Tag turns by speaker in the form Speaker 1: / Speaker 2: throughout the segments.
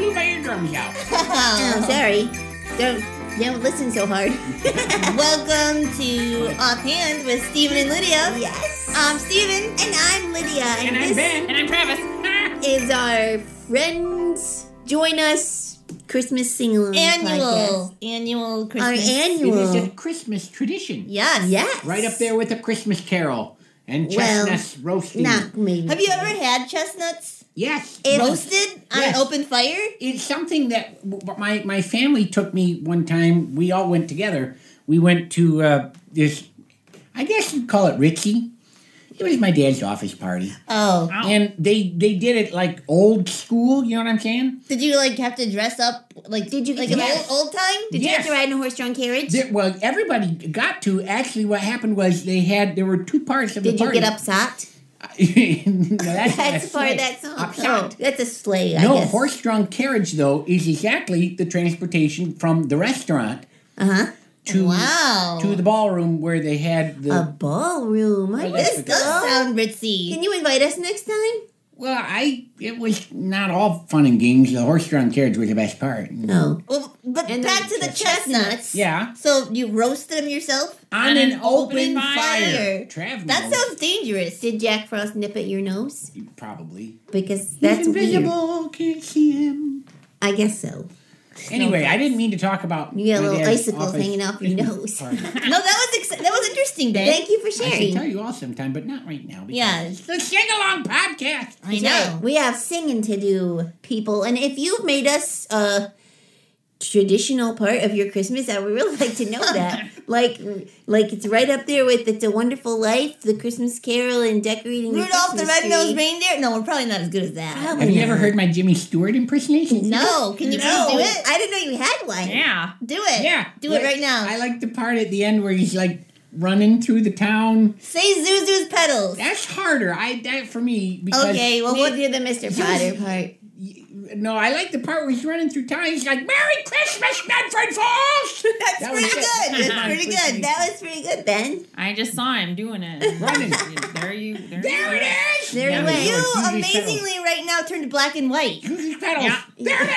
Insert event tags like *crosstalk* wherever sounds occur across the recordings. Speaker 1: Mom Show.
Speaker 2: Oh, sorry. Don't don't listen so hard.
Speaker 3: *laughs* Welcome to Offhand with Steven and Lydia.
Speaker 2: yes.
Speaker 3: I'm Steven.
Speaker 2: and I'm Lydia, and,
Speaker 1: And I'm
Speaker 2: this
Speaker 1: Ben. And I'm Travis.
Speaker 2: is our friends join us Christmas sing along
Speaker 3: Annual. Annual
Speaker 2: Our
Speaker 3: Christmas.
Speaker 1: it is a
Speaker 2: annual.
Speaker 1: Christmas tradition.
Speaker 3: Yes.
Speaker 2: Yes.
Speaker 1: Right up there with the Christmas carol and
Speaker 2: Well,
Speaker 1: chestnuts roasting.
Speaker 2: Not maybe.
Speaker 3: Have you ever had chestnuts
Speaker 1: Yes. roast-
Speaker 3: roasted on
Speaker 1: Yes.
Speaker 3: open fire?
Speaker 1: It's something that w- w- my, my family took me one time. We all went together. We went to uh, this, I guess you'd call it Ritzy. It was my dad's office party.
Speaker 3: Oh.
Speaker 1: And they, they did it like old school, you know what I'm saying?
Speaker 3: Did you like have to dress up like
Speaker 2: Did you-
Speaker 3: like
Speaker 1: Yes.
Speaker 3: an old old time?
Speaker 2: Did you have
Speaker 1: Yes.
Speaker 2: to ride in a horse-drawn carriage?
Speaker 1: There, well, everybody got to. Actually, what happened was they had there were two parts of the
Speaker 2: Did you
Speaker 1: party.
Speaker 2: get upsot?
Speaker 1: *laughs* no, that's not a
Speaker 2: *laughs* That's part
Speaker 1: sleigh.
Speaker 2: of that song.
Speaker 1: Upside.
Speaker 2: Oh, that's a sleigh. I
Speaker 1: No,
Speaker 2: guess.
Speaker 1: horse-drawn carriage though is exactly the transportation from the restaurant
Speaker 2: Uh huh.
Speaker 1: to
Speaker 3: wow.
Speaker 1: to the ballroom where they had the.
Speaker 2: A ballroom. I
Speaker 1: that's
Speaker 3: this
Speaker 2: guess.
Speaker 1: what
Speaker 3: does
Speaker 2: Oh.
Speaker 3: sound ritzy.
Speaker 2: Can you invite us next time?
Speaker 1: well, I it was not all fun and games. The horse-drawn carriage was the best part.
Speaker 2: No.
Speaker 3: well, but
Speaker 2: And
Speaker 3: back
Speaker 2: then
Speaker 3: to the
Speaker 2: chestnuts.
Speaker 3: chestnuts.
Speaker 1: Yeah,
Speaker 3: So you roasted them yourself?
Speaker 1: on,
Speaker 4: On
Speaker 1: an,
Speaker 4: an
Speaker 1: open,
Speaker 4: open
Speaker 1: fire.
Speaker 3: fire.
Speaker 1: Trav
Speaker 3: That
Speaker 1: knows.
Speaker 3: sounds dangerous.
Speaker 2: Did Jack Frost nip at your nose?
Speaker 1: probably.
Speaker 2: Because
Speaker 1: He's
Speaker 2: that's weird.
Speaker 1: invisible. Can't see him.
Speaker 2: I guess so.
Speaker 1: Anyway, I didn't mean to talk about.
Speaker 2: You got
Speaker 1: my
Speaker 2: little
Speaker 1: dad's
Speaker 2: icicles
Speaker 1: office-
Speaker 2: hanging off your nose. *laughs*
Speaker 1: Sorry.
Speaker 3: *laughs* no, that was ex- that was interesting, Ben.
Speaker 2: Thank you for
Speaker 1: I should tell
Speaker 2: sharing.
Speaker 1: you all sometime, but not right now. because
Speaker 3: Yeah.
Speaker 1: it's the sing along podcast.
Speaker 3: I
Speaker 2: That's right.
Speaker 3: know.
Speaker 2: We have singing to do, people. And if you've made us a traditional part of your Christmas, I would really like to know that. like, like it's right up there with "It's a Wonderful Life," the Christmas Carol, and decorating your
Speaker 3: Rudolph the
Speaker 2: Christmas
Speaker 3: Red-Nosed
Speaker 2: tree.
Speaker 3: Reindeer? No, we're probably not as good as that.
Speaker 2: Probably
Speaker 1: Have you ever
Speaker 2: not.
Speaker 1: heard my Jimmy Stewart impersonation?
Speaker 3: No, can you
Speaker 4: No.
Speaker 3: please do it?
Speaker 2: I didn't know you had one.
Speaker 4: Yeah.
Speaker 3: Do it.
Speaker 1: Yeah.
Speaker 3: Do it right now.
Speaker 1: I like the part at the end where he's like running through the town.
Speaker 3: Say Zuzu's pedals.
Speaker 1: That's harder. I that for me because
Speaker 3: Okay, well, what
Speaker 2: do the Mr. Potter part.
Speaker 1: no, I like the part where he's running through town. He's like, "Merry Christmas, Medford Falls."
Speaker 3: That's
Speaker 1: That was
Speaker 3: pretty
Speaker 1: it.
Speaker 3: good. That's
Speaker 4: That
Speaker 3: pretty
Speaker 1: was
Speaker 3: good. That
Speaker 1: pretty-
Speaker 2: That was pretty good, Ben.
Speaker 4: I just saw him doing
Speaker 3: *laughs*
Speaker 4: it.
Speaker 1: Running.
Speaker 4: there you. There,
Speaker 1: There
Speaker 4: you are.
Speaker 1: it is.
Speaker 2: There
Speaker 1: Yeah, there
Speaker 2: it went.
Speaker 1: were
Speaker 3: you
Speaker 1: Zuzu's
Speaker 3: amazingly right now turned to black and white.
Speaker 1: pedals. Zuzu's pedals.
Speaker 4: Yeah.
Speaker 1: There they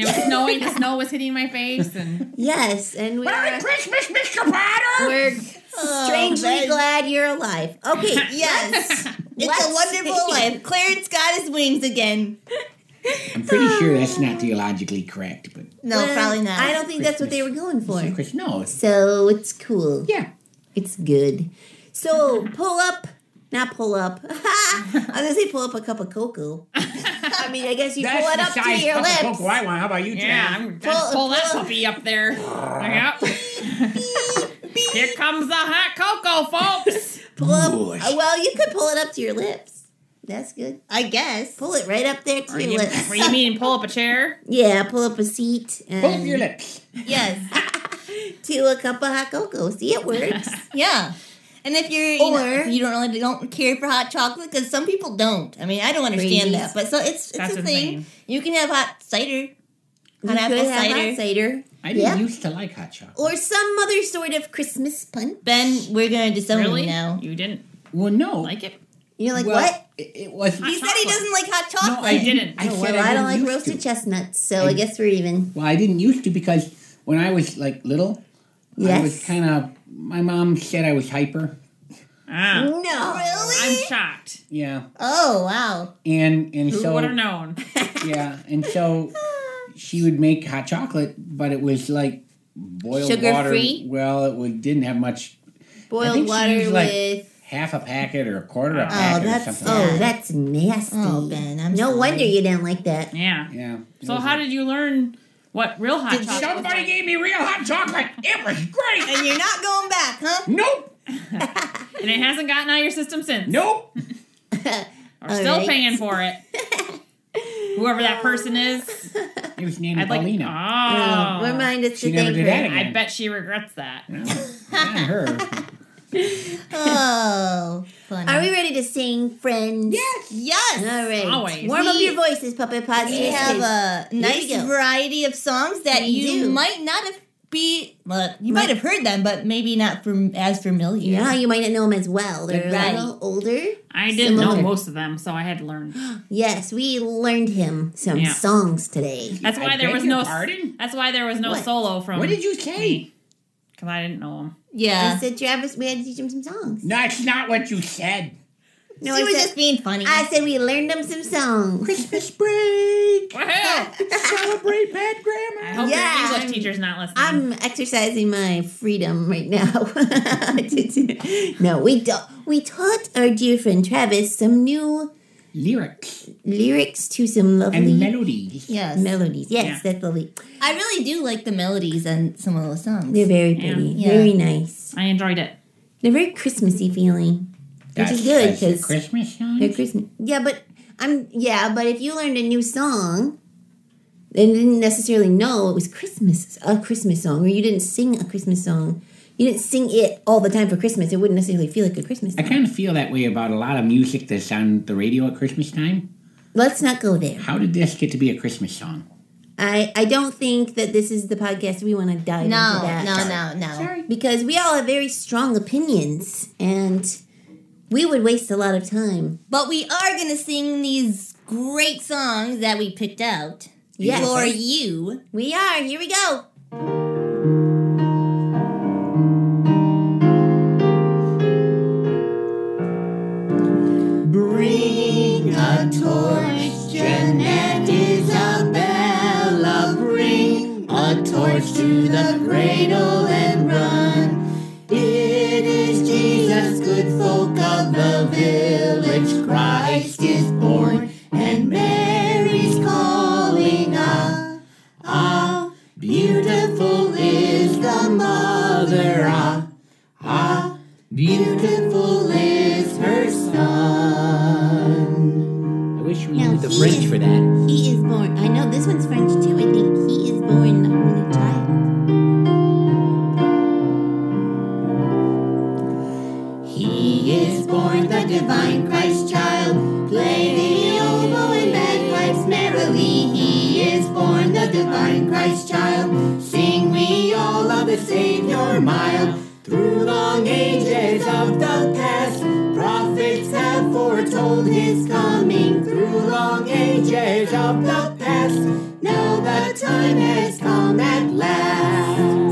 Speaker 4: And it was snowing. The snow was hitting my face, and
Speaker 2: Yes, and we
Speaker 1: are. Merry
Speaker 2: are,
Speaker 1: Christmas, Mr. Potter.
Speaker 2: we're
Speaker 3: Oh,
Speaker 2: strangely
Speaker 3: Ben.
Speaker 2: glad you're alive. *laughs* Okay,
Speaker 3: Yes. It's
Speaker 2: Let's
Speaker 3: a wonderful
Speaker 2: see.
Speaker 3: life. Clarence got his wings again.
Speaker 1: I'm pretty sure that's not theologically correct, but
Speaker 3: No,
Speaker 2: well,
Speaker 3: probably not.
Speaker 2: I don't think that's what they were going for.
Speaker 1: Mr. Chris, no, it's-
Speaker 2: *laughs* So it's cool.
Speaker 1: yeah.
Speaker 2: It's good. So pull up, not pull up. *laughs* I was gonna say pull up a cup of cocoa. *laughs* I mean, I guess you pull it
Speaker 1: the
Speaker 2: up to
Speaker 1: size
Speaker 2: your
Speaker 1: cup of
Speaker 2: lips.
Speaker 1: cocoa I want. How about you,
Speaker 4: yeah,
Speaker 1: Jan?
Speaker 4: I'm gonna
Speaker 2: Pull-
Speaker 4: pull, that
Speaker 2: pull-
Speaker 4: puppy up there. yep.
Speaker 3: *laughs*
Speaker 2: *laughs*
Speaker 4: Here comes the hot
Speaker 3: *laughs*
Speaker 4: cocoa, folks.
Speaker 2: Pull up.
Speaker 1: Bush.
Speaker 2: uh, Well, you could pull it up to your lips. That's good.
Speaker 3: I guess.
Speaker 2: Pull it right up there to
Speaker 4: Or
Speaker 2: your
Speaker 4: you,
Speaker 2: lips.
Speaker 4: or you mean pull up
Speaker 3: *laughs*
Speaker 4: a chair?
Speaker 2: Yeah, pull up a seat and
Speaker 1: Both your lips.
Speaker 3: Yes.
Speaker 2: *laughs* to a cup of hot cocoa. See, it works.
Speaker 3: *laughs* Yeah. And if you're, you, know,
Speaker 2: Or-
Speaker 3: if you don't really don't care for hot chocolate, because some people don't. I mean, I don't understand
Speaker 2: Crazies.
Speaker 3: that, but so it's it's
Speaker 4: That's
Speaker 3: a thing.
Speaker 4: insane.
Speaker 3: You can have hot cider,
Speaker 2: You
Speaker 3: hot
Speaker 2: could
Speaker 3: apple
Speaker 2: have
Speaker 3: cider.
Speaker 2: hot cider
Speaker 1: I didn't
Speaker 2: Yeah.
Speaker 1: used to like hot chocolate.
Speaker 2: or some other sort of Christmas punch.
Speaker 3: Ben, we're gonna disown
Speaker 4: Really?
Speaker 3: you now.
Speaker 4: You didn't
Speaker 1: Well, no.
Speaker 4: like it?
Speaker 2: You're like,
Speaker 1: Well,
Speaker 2: what?
Speaker 1: It, it was.
Speaker 3: He said
Speaker 4: Hot
Speaker 3: he
Speaker 4: chocolate.
Speaker 3: doesn't like hot
Speaker 1: no,
Speaker 3: chocolate.
Speaker 1: I didn't.
Speaker 4: didn't.
Speaker 1: I
Speaker 2: Oh,
Speaker 1: said
Speaker 2: well,
Speaker 1: I,
Speaker 2: I,
Speaker 1: didn't
Speaker 2: don't like
Speaker 1: used
Speaker 2: roasted
Speaker 1: to.
Speaker 2: chestnuts, so I,
Speaker 1: I-
Speaker 2: guess we're even.
Speaker 1: Well, I didn't used to because when I was like little, I was
Speaker 2: Yes.
Speaker 1: kind of. My mom said I was hyper.
Speaker 4: Ah,
Speaker 2: no.
Speaker 4: I'm
Speaker 3: really?
Speaker 4: shocked.
Speaker 1: Yeah,
Speaker 3: Oh *laughs* wow.
Speaker 1: and and
Speaker 4: Who
Speaker 1: so
Speaker 4: would have known?
Speaker 1: yeah, and so she would make hot chocolate, but it was like boiled water.
Speaker 2: Sugar-free?
Speaker 1: Well, it would, didn't have much. I
Speaker 2: Boiled
Speaker 1: think she
Speaker 2: water
Speaker 1: used, like,
Speaker 2: with.
Speaker 1: Half a packet or a quarter a
Speaker 3: Oh,
Speaker 1: packet or
Speaker 3: that's
Speaker 1: something.
Speaker 2: Oh,
Speaker 3: Yeah.
Speaker 2: that's nasty.
Speaker 3: Oh, Ben, I'm
Speaker 2: no
Speaker 3: sorry.
Speaker 2: wonder you didn't like that.
Speaker 4: Yeah.
Speaker 1: Yeah.
Speaker 4: So how did you learn what real hot
Speaker 3: Did
Speaker 4: chocolate?
Speaker 1: Somebody gave me real hot chocolate. It was great.
Speaker 3: And you're not going back, huh?
Speaker 1: Nope.
Speaker 4: and it hasn't gotten out of your system since.
Speaker 1: Nope.
Speaker 4: We're
Speaker 2: All
Speaker 4: still
Speaker 2: right.
Speaker 4: paying for
Speaker 2: *laughs*
Speaker 4: it. Whoever that person is,
Speaker 1: It was named
Speaker 4: I'd like.
Speaker 1: Paulina.
Speaker 4: Oh,
Speaker 2: Oh, remind us
Speaker 1: She
Speaker 2: to
Speaker 1: never
Speaker 2: thank
Speaker 1: did
Speaker 2: her.
Speaker 1: that again.
Speaker 4: I bet she regrets that.
Speaker 1: No, not
Speaker 4: *laughs*
Speaker 1: her.
Speaker 3: Oh, funny.
Speaker 2: Are we ready to sing, friends?
Speaker 1: Yes.
Speaker 3: Yes.
Speaker 2: All right.
Speaker 4: Always.
Speaker 2: Warm up
Speaker 3: We-
Speaker 2: your voices, puppet pods.
Speaker 3: We have a
Speaker 2: There you
Speaker 3: nice
Speaker 2: go.
Speaker 3: variety of songs that
Speaker 2: We
Speaker 3: you
Speaker 2: do.
Speaker 3: might not have be look. You might have heard them, but maybe not from as familiar.
Speaker 2: Yeah, Ah, you might not know them as well. They're
Speaker 3: Right.
Speaker 2: a little older.
Speaker 4: I didn't know
Speaker 2: Similar.
Speaker 4: most of them, so I had to
Speaker 2: *gasps*
Speaker 4: learn.
Speaker 2: Yes, we learned him some
Speaker 4: Yeah.
Speaker 2: songs today.
Speaker 4: That's why
Speaker 1: I
Speaker 4: there
Speaker 1: beg
Speaker 4: was
Speaker 1: your
Speaker 4: no.
Speaker 1: pardon?
Speaker 4: That's why there was no
Speaker 2: What?
Speaker 4: solo from.
Speaker 1: What did you say?
Speaker 4: Because I didn't
Speaker 2: *laughs*
Speaker 4: know them.
Speaker 2: I
Speaker 3: yeah.
Speaker 2: said, Travis, we had to teach him some songs.
Speaker 1: No, it's not what you said.
Speaker 2: No,
Speaker 3: she
Speaker 2: I
Speaker 3: was
Speaker 2: said,
Speaker 3: just being funny.
Speaker 2: I
Speaker 3: *laughs*
Speaker 2: said we learned him some songs.
Speaker 1: Christmas break.
Speaker 4: Wow.
Speaker 1: Celebrate Pat
Speaker 4: I
Speaker 1: Grandma.
Speaker 4: hope
Speaker 2: Yeah,
Speaker 4: your English
Speaker 2: I'm-
Speaker 4: teacher's not listening.
Speaker 2: I'm exercising my freedom right now. *laughs* no, we do- we taught our dear friend Travis some new
Speaker 1: Lyrics
Speaker 2: lyrics to some lovely
Speaker 1: and
Speaker 3: *laughs*
Speaker 1: melodies.
Speaker 3: yes.
Speaker 2: melodies. Yes,
Speaker 4: Yeah.
Speaker 2: that's lovely.
Speaker 3: I really do like the melodies and some of those songs.
Speaker 2: They're very pretty,
Speaker 3: Yeah.
Speaker 2: very nice.
Speaker 4: I enjoyed it.
Speaker 2: They're very Christmassy feeling. Which is good,
Speaker 1: that's a
Speaker 2: 'cause-
Speaker 1: Christmas song.
Speaker 2: They're Christmas. Yeah, but I'm yeah, but if you learned a new song and didn't necessarily know it was Christmas a Christmas song, or you didn't sing a Christmas song, you didn't sing it all the time for Christmas, it wouldn't necessarily feel like a Christmas
Speaker 1: I
Speaker 2: song.
Speaker 1: kind of feel that way about a lot of music that's on the radio at Christmas time.
Speaker 2: Let's not go there.
Speaker 1: How did this get to be a Christmas song?
Speaker 2: I, I don't think that this is the podcast we want to dive
Speaker 3: No,
Speaker 2: into that.
Speaker 3: no, no, no.
Speaker 2: Because we all have very strong opinions and we would waste a lot of time.
Speaker 3: But we are gonna sing these great songs that we picked out
Speaker 2: Yes.
Speaker 3: for you.
Speaker 2: We are. Here we go.
Speaker 1: Bring a torch, Jeanette Isabella. Bring a torch to the cradle and run. It is Jesus, good folk of the village. Christ is born, and Mary's calling ah, ah. Beautiful is the mother, ah, ah. Beautiful is her son. I wish we
Speaker 2: Now
Speaker 1: knew the
Speaker 2: he
Speaker 1: French
Speaker 2: is-
Speaker 1: for that.
Speaker 2: He is born. I know this one's French too. I think he is born the only child.
Speaker 1: He is born the divine Christ child. Play the oboe and bagpipes merrily. He is born the divine Christ child. Sing we all of the Savior mild. Through long ages of the past, prophets have foretold his coming. Through long ages of the past, now the time has come at last.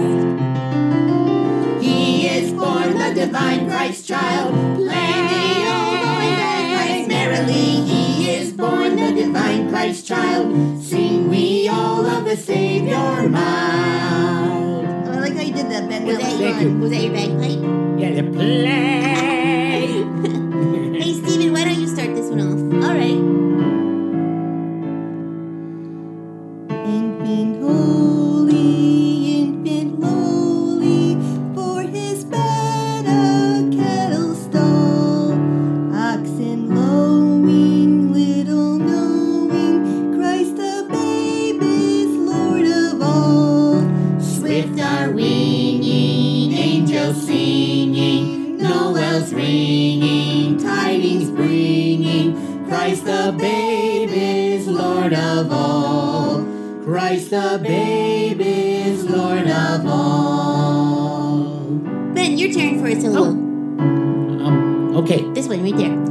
Speaker 1: He is born the divine Christ child. Play the oboe and bagpipes merrily. He is born the divine Christ child. Sing we all of the Savior mild.
Speaker 3: I like how you did that, Ben.
Speaker 2: Was that,
Speaker 1: Thank
Speaker 2: your,
Speaker 1: you.
Speaker 2: was that your bagpipe?
Speaker 1: Yeah, the play.
Speaker 2: *laughs* Hey, Steven, why don't you start this one off?
Speaker 3: All right. Infant holy, infant lowly, for his bed a cattle stall. Oxen lowing, little knowing, Christ the babe is Lord of all.
Speaker 1: Swift are winging, angels singing, Noel's ringing, tidings bringing. Christ the babe is Lord of all. Christ the babe is Lord of all.
Speaker 2: Ben, your turn for a solo.
Speaker 3: Oh.
Speaker 1: Um, okay.
Speaker 2: This one right there.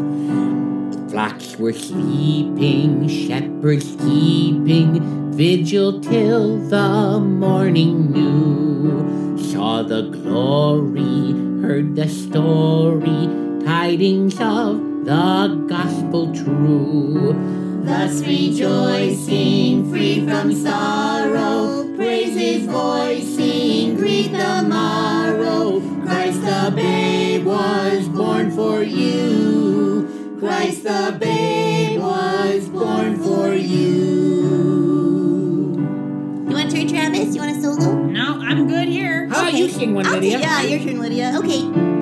Speaker 1: Flocks were sleeping, shepherds keeping vigil till the morning new. Saw the glory, heard the story, tidings of the gospel true. Thus rejoicing, free from sorrow, praises voicing, greet the morrow. Christ the babe was born for you. Christ the babe was born for you.
Speaker 2: You want to turn, Travis? You want a solo?
Speaker 4: No, I'm good
Speaker 2: *gasps*
Speaker 4: here.
Speaker 1: How about Ah, you sing one, Lydia?
Speaker 3: Yeah, your turn, Lydia.
Speaker 2: Okay.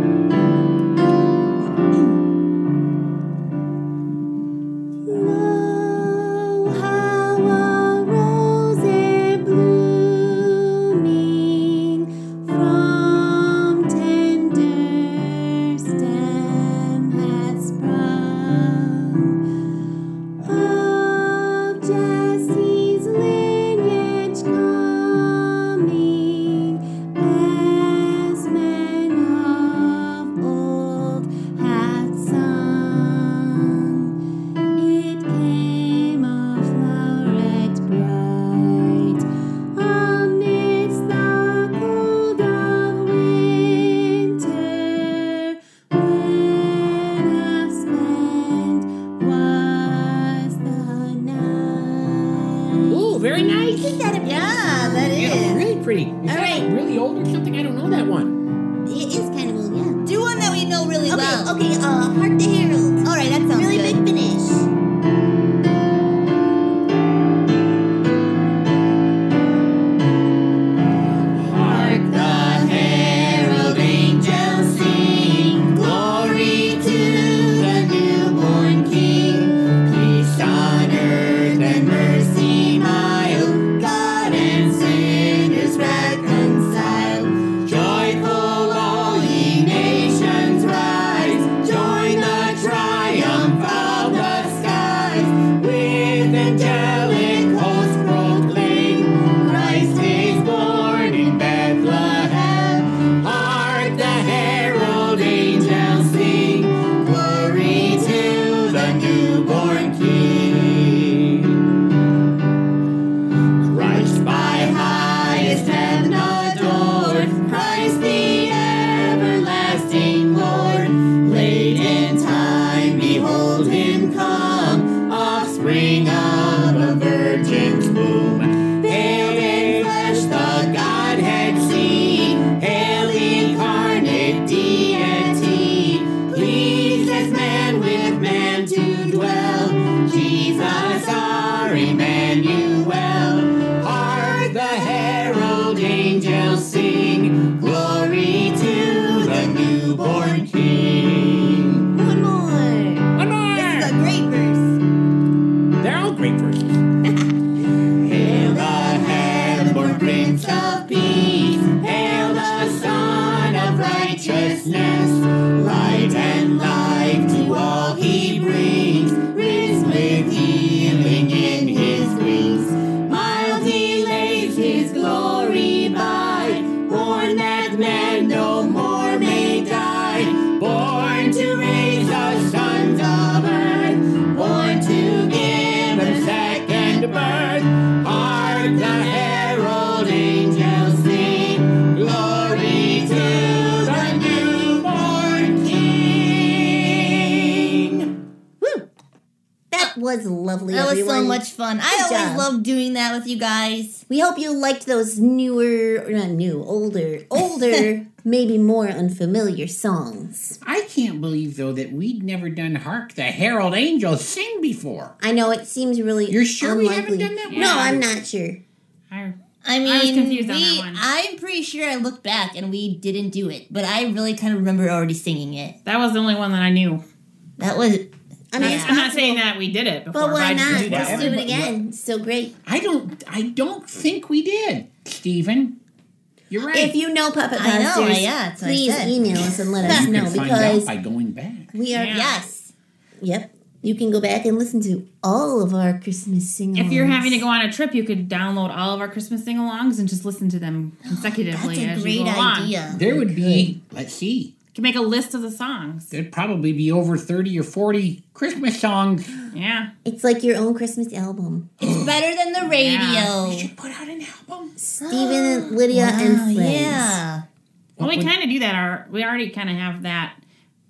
Speaker 2: Lo, how a rose is blooming from tender stem hath sprung. Of Jesse's lineage coming, okay,
Speaker 3: well.
Speaker 2: okay, uh, Hark the Herald.
Speaker 3: All right, that sounds
Speaker 2: really
Speaker 3: good.
Speaker 2: big finish.
Speaker 1: Hark the herald angels sing, glory to the newborn King. Peace on earth and mercy mild, God and sinners reconciled. Joyful all ye nations rise, join the triumph of the skies. With angelic hosts proclaim, Christ is born in Bethlehem. Hark the herald angels sing, glory to the newborn King. Christ by highest heaven adored, Christ the everlasting Lord. Late in time, behold him come, offspring of a virgin's womb. Veiled in flesh, the Godhead see, hail incarnate deity. Pleased as man with man to dwell, Jesus our Emmanuel. Hark the herald angels sing, glory to the newborn King.
Speaker 3: One more.
Speaker 4: One
Speaker 3: This is a
Speaker 4: more.
Speaker 3: great verse.
Speaker 4: They're all great verses.
Speaker 1: Hail the heavenborn Prince of Peace, hail the Son of Righteousness, light and life to all he brings, risen with healing in his wings. Mild he lays his glory by, born that man no more may die, born to raise the sons of earth, born to give a second birth. Hark the herald angels sing, glory to the newborn King.
Speaker 2: That was lovely.
Speaker 3: That was so
Speaker 2: everyone.
Speaker 3: much fun. I
Speaker 2: Good
Speaker 3: always
Speaker 2: job.
Speaker 3: love doing that with you guys.
Speaker 2: We hope you liked those newer, or not new, older,
Speaker 4: *laughs*
Speaker 2: older, maybe more unfamiliar songs.
Speaker 4: I can't believe though that we'd never done "Hark the Herald Angels Sing" before.
Speaker 2: I know it seems really.
Speaker 4: You're sure we haven't done
Speaker 2: unlikely.
Speaker 4: that one?
Speaker 2: No,
Speaker 4: Yeah.
Speaker 2: I'm not sure.
Speaker 4: I,
Speaker 3: I mean,
Speaker 4: was confused on
Speaker 3: we,
Speaker 4: that one.
Speaker 3: I'm pretty sure I looked back and we didn't do it, but I really kind of remember already singing it.
Speaker 4: that was the only one that I knew.
Speaker 3: That was
Speaker 2: I
Speaker 4: Not-
Speaker 2: mean,
Speaker 4: I'm not saying that we did it before,
Speaker 2: But why
Speaker 4: I just
Speaker 2: not?
Speaker 4: knew
Speaker 2: Let's
Speaker 4: that
Speaker 2: do
Speaker 4: one.
Speaker 2: it again. So great.
Speaker 4: I don't. I don't think we did, Stephen. You're right.
Speaker 2: If you know Puppet
Speaker 3: I know,
Speaker 2: Monsters,
Speaker 3: yeah, that's what I
Speaker 2: please
Speaker 3: said.
Speaker 2: email us and let us
Speaker 4: You
Speaker 2: know
Speaker 4: can find out
Speaker 2: because
Speaker 4: by going back.
Speaker 2: we are.
Speaker 4: Yeah.
Speaker 3: yes.
Speaker 2: Yep. You can go back and listen to all of our Christmas sing
Speaker 4: If you're having to go on a trip, you could download all of our Christmas sing-alongs and just listen
Speaker 3: *gasps*
Speaker 4: to them consecutively
Speaker 3: That's a
Speaker 4: as
Speaker 3: great
Speaker 4: you go along.
Speaker 3: idea.
Speaker 4: There would be. Let's see. You can make a list of the songs.
Speaker 1: Good.
Speaker 4: Yeah.
Speaker 1: There'd
Speaker 4: probably be
Speaker 1: over 30
Speaker 4: or 40
Speaker 1: Christmas songs.
Speaker 2: It's like your own Christmas album.
Speaker 3: It's better than the radio.
Speaker 4: We should put out an album.
Speaker 2: Steven, and Lydia, and
Speaker 3: Oh,
Speaker 2: friends.
Speaker 3: yeah.
Speaker 4: Well, we
Speaker 1: would-
Speaker 4: kind of do that. Our we already kind of have that.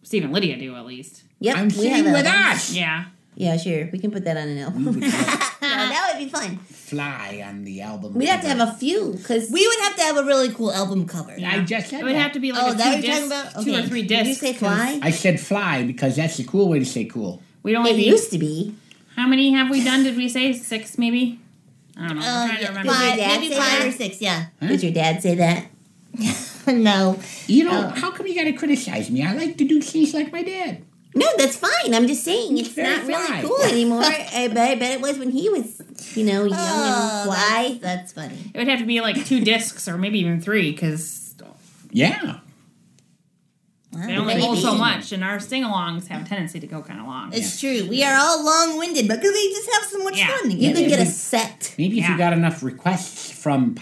Speaker 4: Steve and Lydia do at least.
Speaker 2: Yep.
Speaker 1: I'm
Speaker 2: we have
Speaker 1: singing with
Speaker 2: albums.
Speaker 1: us.
Speaker 4: Yeah.
Speaker 2: Yeah, sure. We can put that on an album.
Speaker 1: We would let
Speaker 2: *laughs* No, that would be fun.
Speaker 1: fly on the album.
Speaker 2: We'd have to have a few because
Speaker 3: We would have to have a really cool album cover.
Speaker 4: yeah.
Speaker 1: I just said
Speaker 4: it would
Speaker 1: that.
Speaker 4: have to be like
Speaker 3: Oh,
Speaker 4: a
Speaker 3: that
Speaker 4: two,
Speaker 3: what you're talking
Speaker 4: disc-
Speaker 3: about?
Speaker 4: two or
Speaker 3: Okay.
Speaker 4: three
Speaker 2: did
Speaker 4: discs.
Speaker 2: you say
Speaker 4: 'cause
Speaker 2: fly?
Speaker 1: I said fly because that's the cool way to say cool.
Speaker 4: We'd only
Speaker 2: It
Speaker 4: be.
Speaker 2: used to be.
Speaker 4: How many have we done? Did we say six? Maybe. I don't know. I'm
Speaker 3: Uh,
Speaker 4: trying to
Speaker 3: yeah,
Speaker 4: remember.
Speaker 3: five,
Speaker 2: Did your dad
Speaker 3: maybe
Speaker 2: say
Speaker 3: five
Speaker 2: that?
Speaker 3: or six, yeah.
Speaker 2: Did your dad say that?
Speaker 3: *laughs* no.
Speaker 1: You
Speaker 4: Oh.
Speaker 1: know, how come you gotta criticize me? I like to do things like my dad.
Speaker 2: No, that's fine. I'm just saying it's
Speaker 1: Very
Speaker 2: not really
Speaker 1: fly.
Speaker 2: cool anymore. I bet, I bet it was when he was, you know, young
Speaker 3: Oh,
Speaker 2: and fly.
Speaker 3: that's, that's funny.
Speaker 4: It would have to be like two discs or maybe even three because
Speaker 1: Yeah.
Speaker 4: they only hold so much, and our sing-alongs have a tendency to go kind of long.
Speaker 3: It's true. We are all long winded because we just have so much
Speaker 4: Yeah.
Speaker 3: fun
Speaker 2: You
Speaker 3: together.
Speaker 2: could get a
Speaker 1: Yeah.
Speaker 2: set.
Speaker 1: Maybe if
Speaker 4: Yeah.
Speaker 1: you got enough requests from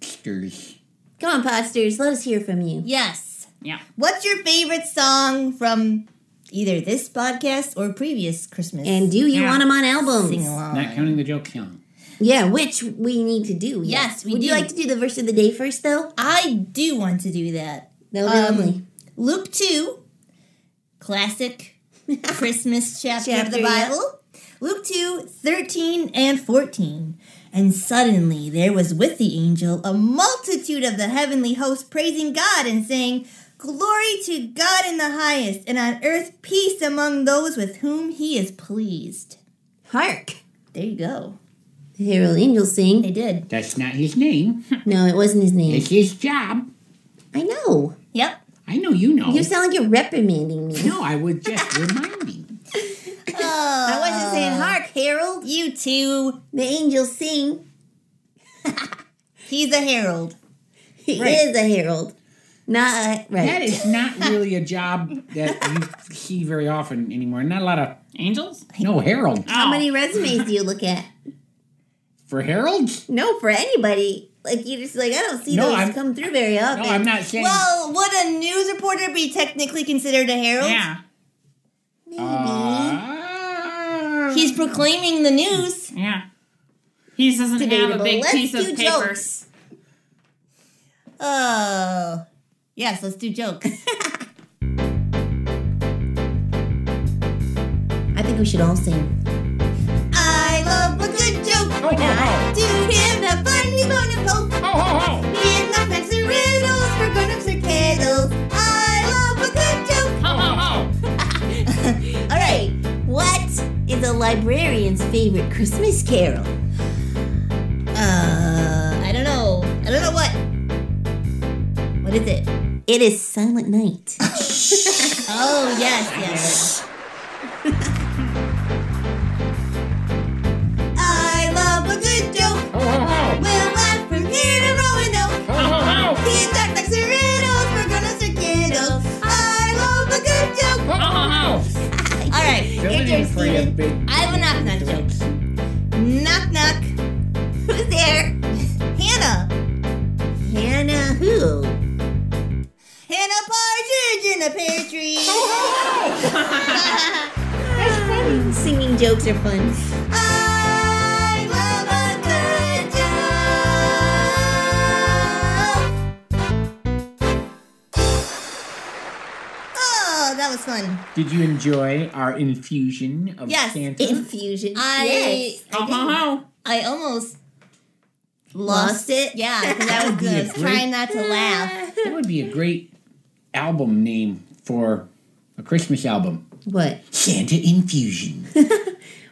Speaker 1: podsters.
Speaker 2: Come on, Posters. Let us hear from you.
Speaker 3: Yes.
Speaker 4: yeah.
Speaker 3: What's your favorite song from either this podcast or previous Christmas?
Speaker 2: And do you
Speaker 4: Yeah.
Speaker 2: want them on albums?
Speaker 3: sing
Speaker 4: Oh,
Speaker 3: along.
Speaker 1: Not counting the joke song.
Speaker 2: Yeah, which we need to do.
Speaker 3: Yes, we
Speaker 2: Would you
Speaker 3: do.
Speaker 2: like to do the verse of the day first, though?
Speaker 3: I do want to do that.
Speaker 2: That would be
Speaker 3: Um,
Speaker 2: lovely.
Speaker 3: Luke 2,
Speaker 2: *laughs*
Speaker 3: classic Christmas chapter, of
Speaker 2: Chapter,
Speaker 3: the
Speaker 2: yeah.
Speaker 3: Bible. Luke 2, 13 and 14. And suddenly there was with the angel a multitude of the heavenly host praising God and saying, Glory to God in the highest, and on earth peace among those with whom he is pleased.
Speaker 2: Hark!
Speaker 3: There you go.
Speaker 2: The herald angels
Speaker 3: They
Speaker 2: sing.
Speaker 3: did.
Speaker 1: That's not his name.
Speaker 2: No, it wasn't his name.
Speaker 1: It's his job.
Speaker 2: I know.
Speaker 3: Yep.
Speaker 1: I know you know.
Speaker 2: You sound like you're reprimanding me.
Speaker 1: no, I was just reminding.
Speaker 2: I wasn't saying hark, herald.
Speaker 3: You two.
Speaker 2: The angels sing.
Speaker 3: He's a herald.
Speaker 2: He
Speaker 1: Right.
Speaker 2: is a herald, not a right.
Speaker 1: That is not really a job that you see very often anymore. Not a lot of
Speaker 4: Angels?
Speaker 1: no herald
Speaker 4: Oh.
Speaker 2: How many resumes do you look at?
Speaker 1: for heralds.
Speaker 2: *laughs* No, for anybody. Like you just like I don't see
Speaker 1: No,
Speaker 2: those
Speaker 1: I'm-
Speaker 2: come through very
Speaker 1: No,
Speaker 2: often.
Speaker 1: I'm not saying.
Speaker 3: Well, would a news reporter be technically considered a herald?
Speaker 4: Yeah.
Speaker 2: Maybe.
Speaker 1: Uh,
Speaker 3: He's proclaiming the news.
Speaker 4: Yeah. He doesn't have
Speaker 2: Debatable.
Speaker 4: a big
Speaker 2: Let's
Speaker 4: piece of
Speaker 2: do
Speaker 4: paper.
Speaker 2: jokes.
Speaker 3: Oh. Yes, let's do jokes. *laughs*
Speaker 2: I think we should all sing.
Speaker 3: I love a good joke.
Speaker 1: ho, ho.
Speaker 3: Do him a funny bone and poke.
Speaker 1: Ho, ho, ho.
Speaker 3: In the facts and riddles for grown-ups or kiddles. I love a good joke.
Speaker 4: Ho, ho, ho.
Speaker 2: All right. What is a librarian's favorite Christmas carol?
Speaker 3: Uh, I don't know. I don't know what. What is it?
Speaker 2: It is
Speaker 3: *laughs*
Speaker 2: Silent Night.
Speaker 3: Oh, yes, yes. I love a good joke.
Speaker 1: Ho, ho, ho.
Speaker 3: We'll laugh from here to Roanoke.
Speaker 4: Oh,
Speaker 1: Ho, ho, ho.
Speaker 3: He's our facts and riddles for grown-ups or kiddles. I love a good joke.
Speaker 4: oh,
Speaker 1: Ho, ho, ho.
Speaker 3: All right, your
Speaker 1: Fill it in
Speaker 3: turn,
Speaker 1: for you,
Speaker 3: Steven.
Speaker 1: big
Speaker 3: I have a knock-knock joke. Knock knock. Who's there? Hannah.
Speaker 2: Hannah who?
Speaker 3: Hannah Partridge in a pear tree.
Speaker 2: Singing jokes are fun.
Speaker 3: I love a good joke. Oh, that was fun.
Speaker 1: Did you enjoy our infusion of
Speaker 3: Yes,
Speaker 1: Santa?
Speaker 2: Infusion.
Speaker 3: I
Speaker 2: yes.
Speaker 4: Ho, ho, ho.
Speaker 3: I almost
Speaker 2: Lost it?
Speaker 3: Yeah, because I
Speaker 2: *laughs*
Speaker 3: was, I was trying not to laugh.
Speaker 1: That would be a great album name for a Christmas album.
Speaker 2: What?
Speaker 1: Santa Infusion.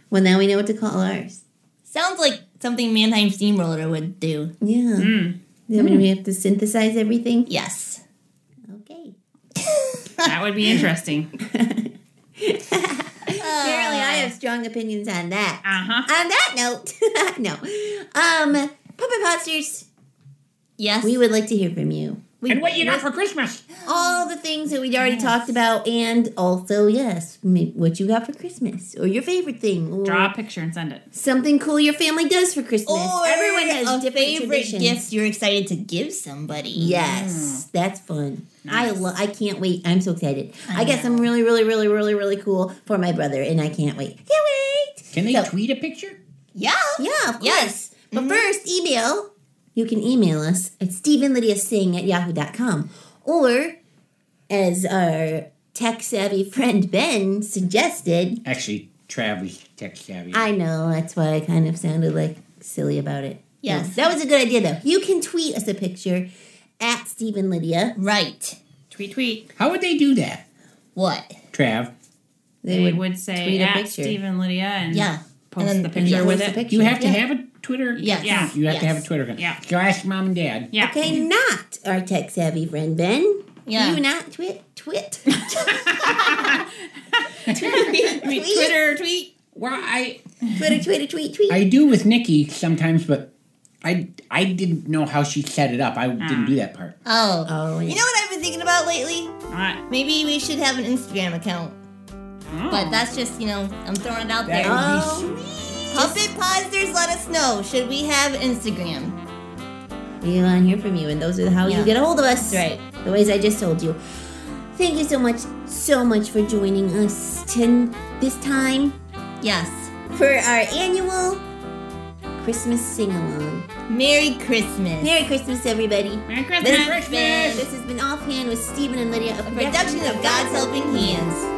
Speaker 2: Well, now we know what to call ours.
Speaker 3: Sounds like something Mannheim Steamroller would do.
Speaker 2: Yeah.
Speaker 3: Hmm.
Speaker 2: Then we have to synthesize everything.
Speaker 3: Yes.
Speaker 2: Okay.
Speaker 4: That would be interesting.
Speaker 2: *laughs* Apparently, I have strong opinions on that.
Speaker 4: Uh huh.
Speaker 2: On that note, *laughs* no. Um, Puppet Posters,
Speaker 3: Yes.
Speaker 2: we would like to hear from you.
Speaker 1: and what you got for Christmas?
Speaker 2: All the things that we'd already talked about, and also, yes, m- what you got for Christmas, or your favorite thing, or
Speaker 4: Draw a picture and send it.
Speaker 2: something cool your family does for Christmas.
Speaker 3: Or
Speaker 2: Everyone has
Speaker 3: a
Speaker 2: different
Speaker 3: favorite
Speaker 2: traditions.
Speaker 3: gift you're excited to give somebody.
Speaker 2: Yes, that's fun. I lo- I can't wait. I'm so excited. I,
Speaker 3: I
Speaker 2: got some really, really, really, really, really cool for my brother, and I can't wait. Can't wait.
Speaker 1: Can they
Speaker 2: So-
Speaker 1: tweet a picture?
Speaker 3: Yeah.
Speaker 2: Yeah, of course.
Speaker 3: Yes.
Speaker 2: But first, email. You can email us at StephenLydiaSing at yahoo.com. Or, as our tech savvy friend Ben suggested,
Speaker 1: Actually, Travis text savvy.
Speaker 2: I know, that's why I kind of sounded like silly about it.
Speaker 3: Yes.
Speaker 2: that was a good idea, though. You can tweet us a picture at Stephen Lydia.
Speaker 3: Right.
Speaker 4: Tweet, tweet.
Speaker 1: How would they do that,
Speaker 3: What?
Speaker 1: Trav?
Speaker 4: They would, say
Speaker 2: tweet a
Speaker 4: at
Speaker 2: picture.
Speaker 4: Stephen Lydia and
Speaker 3: Yeah.
Speaker 4: post
Speaker 3: And then-
Speaker 4: the
Speaker 3: and
Speaker 4: picture
Speaker 3: yeah,
Speaker 4: with
Speaker 2: post
Speaker 4: it.
Speaker 2: the
Speaker 1: You have to
Speaker 2: Yeah.
Speaker 1: have a Twitter.
Speaker 3: Yes.
Speaker 1: account. You have to have a
Speaker 3: Yes.
Speaker 1: Twitter. account.
Speaker 4: Yeah.
Speaker 1: Go ask mom and dad.
Speaker 4: Yeah.
Speaker 2: Okay, not our tech savvy friend Ben.
Speaker 3: Yeah.
Speaker 2: You not twit, twit.
Speaker 4: Tweet, Twitter, tweet.
Speaker 1: Well, I
Speaker 2: Twitter, Twitter, tweet, tweet.
Speaker 1: I do with Nikki sometimes, but I I didn't know how she set it up. I didn't do that part.
Speaker 3: Oh.
Speaker 2: Oh, yeah.
Speaker 3: You know what I've been thinking about lately?
Speaker 4: What?
Speaker 3: Maybe we should have an Instagram account.
Speaker 4: Oh.
Speaker 3: But that's just, you know, I'm throwing it out
Speaker 1: That
Speaker 3: there.
Speaker 2: Oh.
Speaker 1: would be sweet.
Speaker 3: Puppet Posters, let us know. Should we have Instagram?
Speaker 2: We want to hear from you, and those are how you
Speaker 3: Yeah.
Speaker 2: get a hold of us.
Speaker 3: That's
Speaker 2: The ways I just told you. Thank you so much, so much for joining us ten this time
Speaker 3: Yes.
Speaker 2: for our annual Christmas sing along.
Speaker 3: Merry Christmas.
Speaker 2: Merry Christmas, everybody.
Speaker 4: Merry
Speaker 2: This,
Speaker 4: Christmas.
Speaker 2: has been- this has been Offhand with Stephen and Lydia, a
Speaker 3: Production of God's Helping Hands.